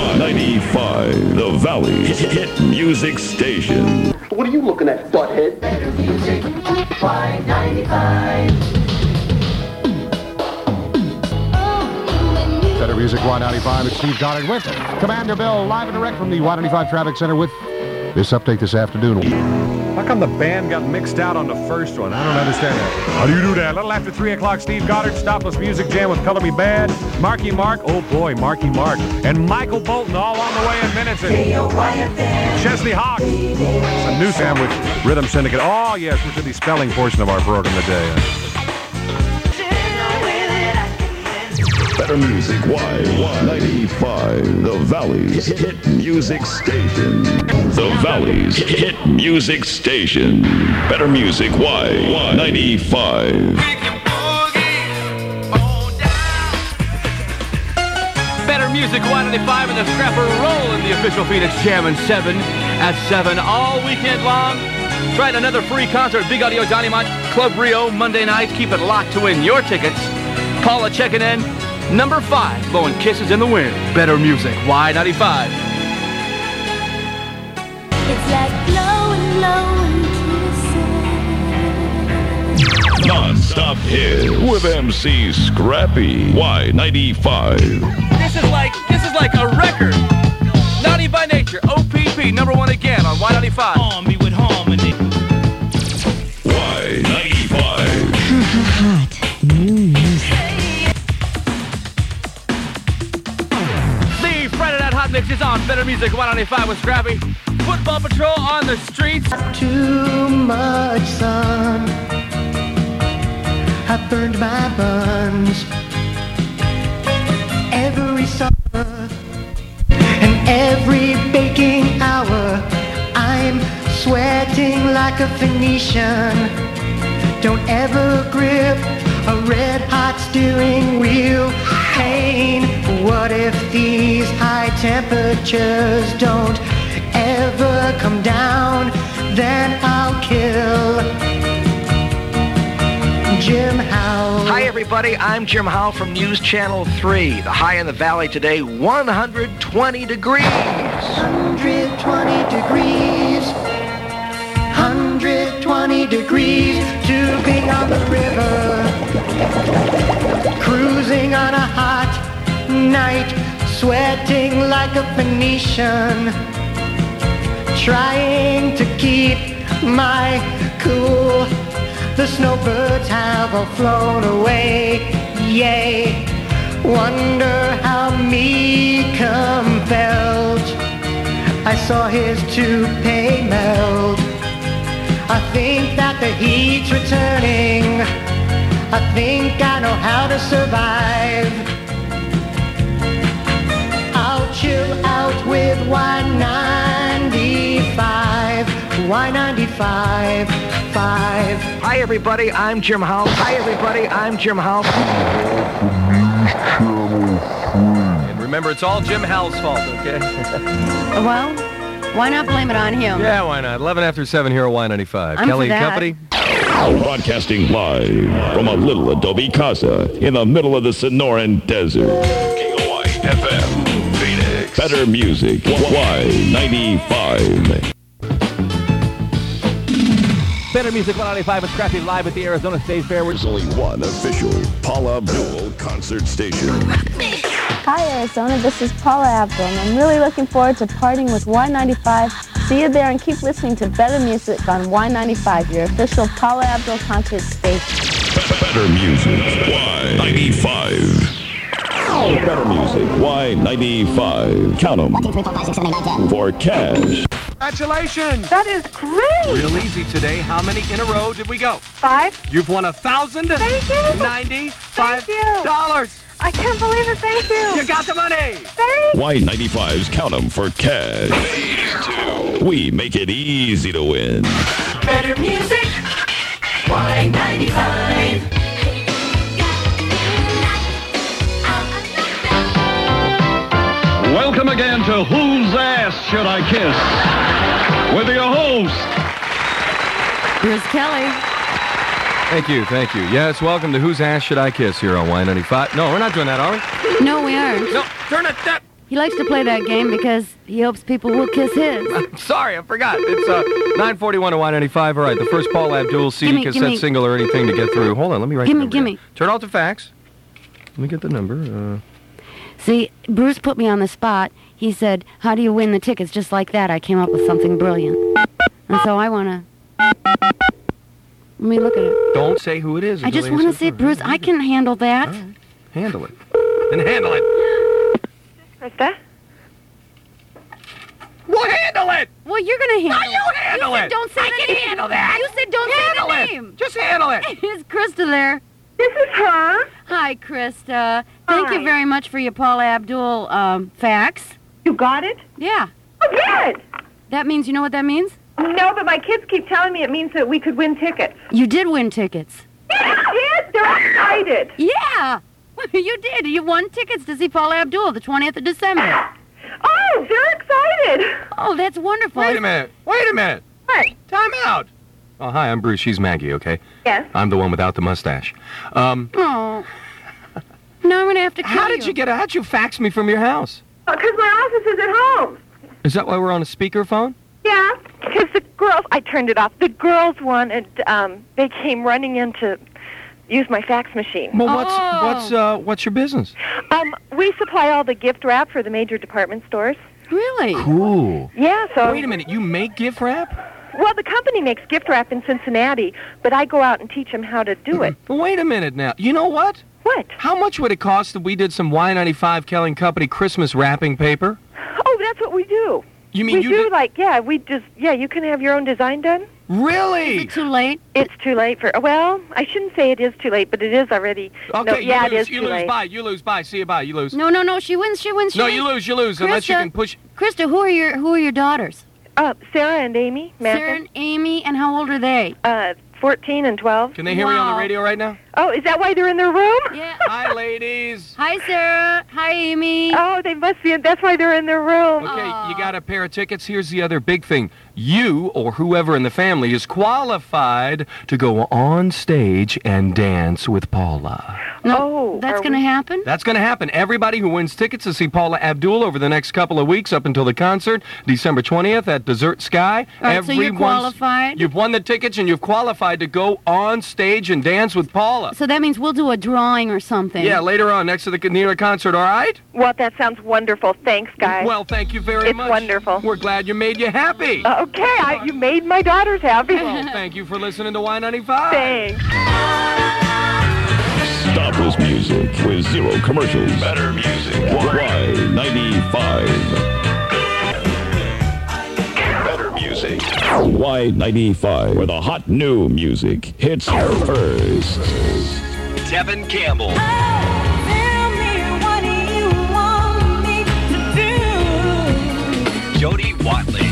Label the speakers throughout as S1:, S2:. S1: Y95, the Valley's hit music station.
S2: What are you looking at, butthead?
S3: Music Y95.
S4: Better Music Y95 and Steve Goddard with Commander Bill live and direct from the Y95 Traffic Center with this update this afternoon.
S5: How come the band got mixed out on the first one? I don't understand that. How do you do that? A little after 3 o'clock, Steve Goddard, Stopless Music Jam with Color Me Bad, Marky Mark, oh boy, Marky Mark, and Michael Bolton all on the way in minutes. And Chesney Hawk, a new sandwich, Rhythm Syndicate. Oh, yes, we're to the spelling portion of our program today.
S1: Better Music Y95, the Valley's hit music station. The Valley's hit music station. Better Music Y95.
S6: Better Music 195 and the Scrapper roll in the official Phoenix Jam and 7 at 7 all weekend long. Try it, another free concert. Big Audio Dynamite, Club Rio, Monday night. Keep it locked to win your tickets. Paula checking in. Number 5, blowing kisses in the wind. Better Music Y95.
S3: It's like blowing, blowing kisses.
S1: Non-stop hits with MC Scrappy Y95.
S6: This is like, this is like a record. Naughty by Nature, OPP, number one again on Y95.
S7: on me with harmony.
S1: Y95.
S6: The Friday Night Hot Mix is on Better Music 195 with Scrappy. Football Patrol on the streets.
S8: too much sun. I burned my buns every summer and every baking hour. I'm sweating like a Phoenician. Don't ever grip a red hot steering wheel. Pain. What if these high temperatures don't ever come down? Then I'll kill Jim Howell.
S9: Hi, everybody. I'm Jim Howell from News Channel 3. The high in the valley today, 120 degrees.
S8: 120 degrees. 120 degrees to be on the river. Cruising on a hot night, sweating like a Phoenician. Trying to keep my cool. The snowbirds have all flown away. Yay. Wonder how Meekum felt. I saw his toupee melt. I think that the heat's returning. I think I know how to survive. I'll chill out with Y95. Y95. Five.
S9: Hi, everybody. I'm Jim Howell. Hi, everybody. I'm Jim Howell.
S6: And remember, it's all Jim Howell's fault, okay?
S10: Well, why not blame it on him?
S5: Yeah, why not? 11 after 7 here at Y95.
S10: I'm
S5: Kelly
S10: for
S5: and
S10: that.
S5: Company.
S1: Broadcasting live from a little adobe casa in the middle of the Sonoran Desert. KOI FM, Phoenix. Better music, Y95.
S6: Better Music 195 and Scrappy live at the Arizona State Fair. We're
S1: There's only one official Paula Abdul concert station.
S11: Hi, Arizona. This is Paula Abdul, and I'm really looking forward to partying with Y95. See you there and keep listening to better music on Y95, your official Paula Abdul concert station.
S1: Better music, Y95. Better music, Y95. Count 'em for cash.
S5: Congratulations!
S11: That is great!
S5: Real easy today. How many in a row did we go?
S11: Five.
S5: You've won a thousand ninety-five dollars.
S11: I can't believe it. Thank
S5: You got the money.
S1: Y95's Count 'em for cash. We make it easy to win.
S3: Better music. Y95.
S5: Welcome again to Whose Ass Should I Kiss? With your host.
S10: Here's Kelly.
S5: Thank you, thank you. Yes, welcome to Whose Ass Should I Kiss here on Y95. No, we're not doing that, are we?
S10: No, we are.
S5: No, turn it that. He likes to play that game because he hopes people will kiss his.
S6: Sorry, I forgot. It's uh, 941 to 195. All right, the first Paul Abdul CD
S5: Gimme,
S6: cassette
S5: gimme.
S6: single or anything to get through. Hold on, let me write the
S5: Gimme,
S6: number down.
S5: gimme.
S6: Turn off the fax. Let me get the number. uh.
S5: See, Bruce put me on the spot. He said, How do you win the tickets? Just like that, I came up with something brilliant. And so I want to. Let me look at it.
S6: Uh, don't say who it is.
S5: I
S6: until
S5: just
S6: they
S5: want to
S6: answer
S5: see,
S6: the
S5: Bruce, I can handle that.
S6: phone. Handle it. And handle it.
S8: Krista?
S6: Well, handle it!
S5: Well, you're going to handle it.
S6: you handle
S5: you said
S6: it.
S5: Don't say
S6: I
S5: the
S6: can
S5: name.
S6: handle that.
S5: You said don't
S6: Handle
S5: say
S6: it.
S5: the name.
S6: Just handle it.
S5: Is Krista there?
S8: This is her.
S5: Hi, Krista. Thank
S8: Hi.
S5: you very much for your Paula Abdul um, fax.
S8: You got it?
S5: Yeah.
S8: Oh, good.
S5: That means, you know what that means?
S8: No, but my kids keep telling me it means that we could win tickets.
S5: You did win tickets.
S8: Yes, they're excited.
S5: Yeah. You did. You won tickets to see Paula Abdul the 20th of December.
S8: Oh, they're excited.
S5: Oh, that's wonderful.
S6: Wait a minute. Wait a minute.
S8: What?
S6: Time out. Oh, hi, I'm Bruce. She's Maggie, okay?
S8: Yes.
S6: I'm the one without the mustache. Um,
S5: Oh. Now I'm going to have to call
S6: how did you get out? How'd you fax me from your house?
S8: Because Oh, my office is at home.
S6: Is that why we're on a speakerphone?
S8: Yeah, because the girls, I turned it off. The girls wanted, um, they came running in to use my fax machine.
S6: Well, what's
S5: Oh.
S6: what's uh, what's your business?
S8: Um, we supply all the gift wrap for the major department stores.
S5: Really?
S6: Cool.
S8: Yeah, so.
S6: Wait a minute, you make gift wrap?
S8: Well, the company makes gift wrap in Cincinnati, but I go out and teach them how to
S6: Mm-hmm.
S8: do it.
S6: Wait a minute now. You know what?
S8: What?
S6: How much would it cost if we did some Y95 Kelly and Company Christmas wrapping paper?
S8: Oh, that's what we do.
S6: You mean
S8: we
S6: you
S8: do
S6: did-
S8: like yeah, we just yeah, you can have your own design done.
S5: Is
S6: Really?
S5: it too late?
S8: It's too late for well, I shouldn't say it is too late, but it is already.
S6: Okay,
S8: no,
S6: you
S8: yeah,
S6: lose.
S8: it is
S6: you
S8: too
S6: lose.
S8: late.
S6: Bye. You lose. Bye. See you. Bye. You lose.
S5: No, no, no. She wins. She wins. She
S6: No,
S5: wins.
S6: you lose. You lose. Unless you
S5: Krista.
S6: can push.
S5: Krista, who are your who are your daughters?
S8: Uh, Sarah and Amy,
S5: Sarah
S8: Mackin,
S5: and Amy, and how old are they?
S8: uh, fourteen and twelve.
S6: Can they hear me on
S5: Wow.
S6: the radio right now?
S8: Oh, is that why they're in their room?
S5: Yeah.
S6: Hi, ladies.
S5: Hi, Sarah. Hi, Amy. Uh,
S8: Oh, they must be. in That's why they're in their room.
S6: Okay, you got a pair of tickets. Here's the other big thing. You or whoever in the family is qualified to go on stage and dance with Paula.
S8: No,
S5: that's
S8: Oh, are
S5: going to
S8: we-
S5: happen.
S6: That's going to happen. Everybody who wins tickets to see Paula Abdul over the next couple of weeks up until the concert, December 20th at Desert Sky.
S5: All right, so you're qualified?
S6: You've won the tickets and you've qualified to go on stage and dance with Paula.
S5: So that means we'll do a drawing or something.
S6: Yeah, later on, next to the near the concert, all right?
S8: Well, that sounds wonderful. Thanks, guys.
S6: Well, thank you very
S8: It's
S6: much.
S8: wonderful.
S6: We're glad you made you happy.
S8: Uh, okay, I, you made my daughters happy.
S6: Well, thank you for listening to Y95.
S8: Thanks.
S1: Stopless music with zero commercials. Better music. Y95. Better music. Y95. Where the hot new music hits first.
S9: Tevin Campbell. Jody Watley.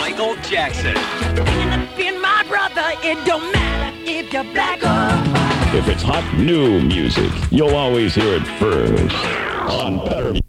S9: Michael Jackson.
S1: If it's hot new music, you'll always hear it first. On Better Music.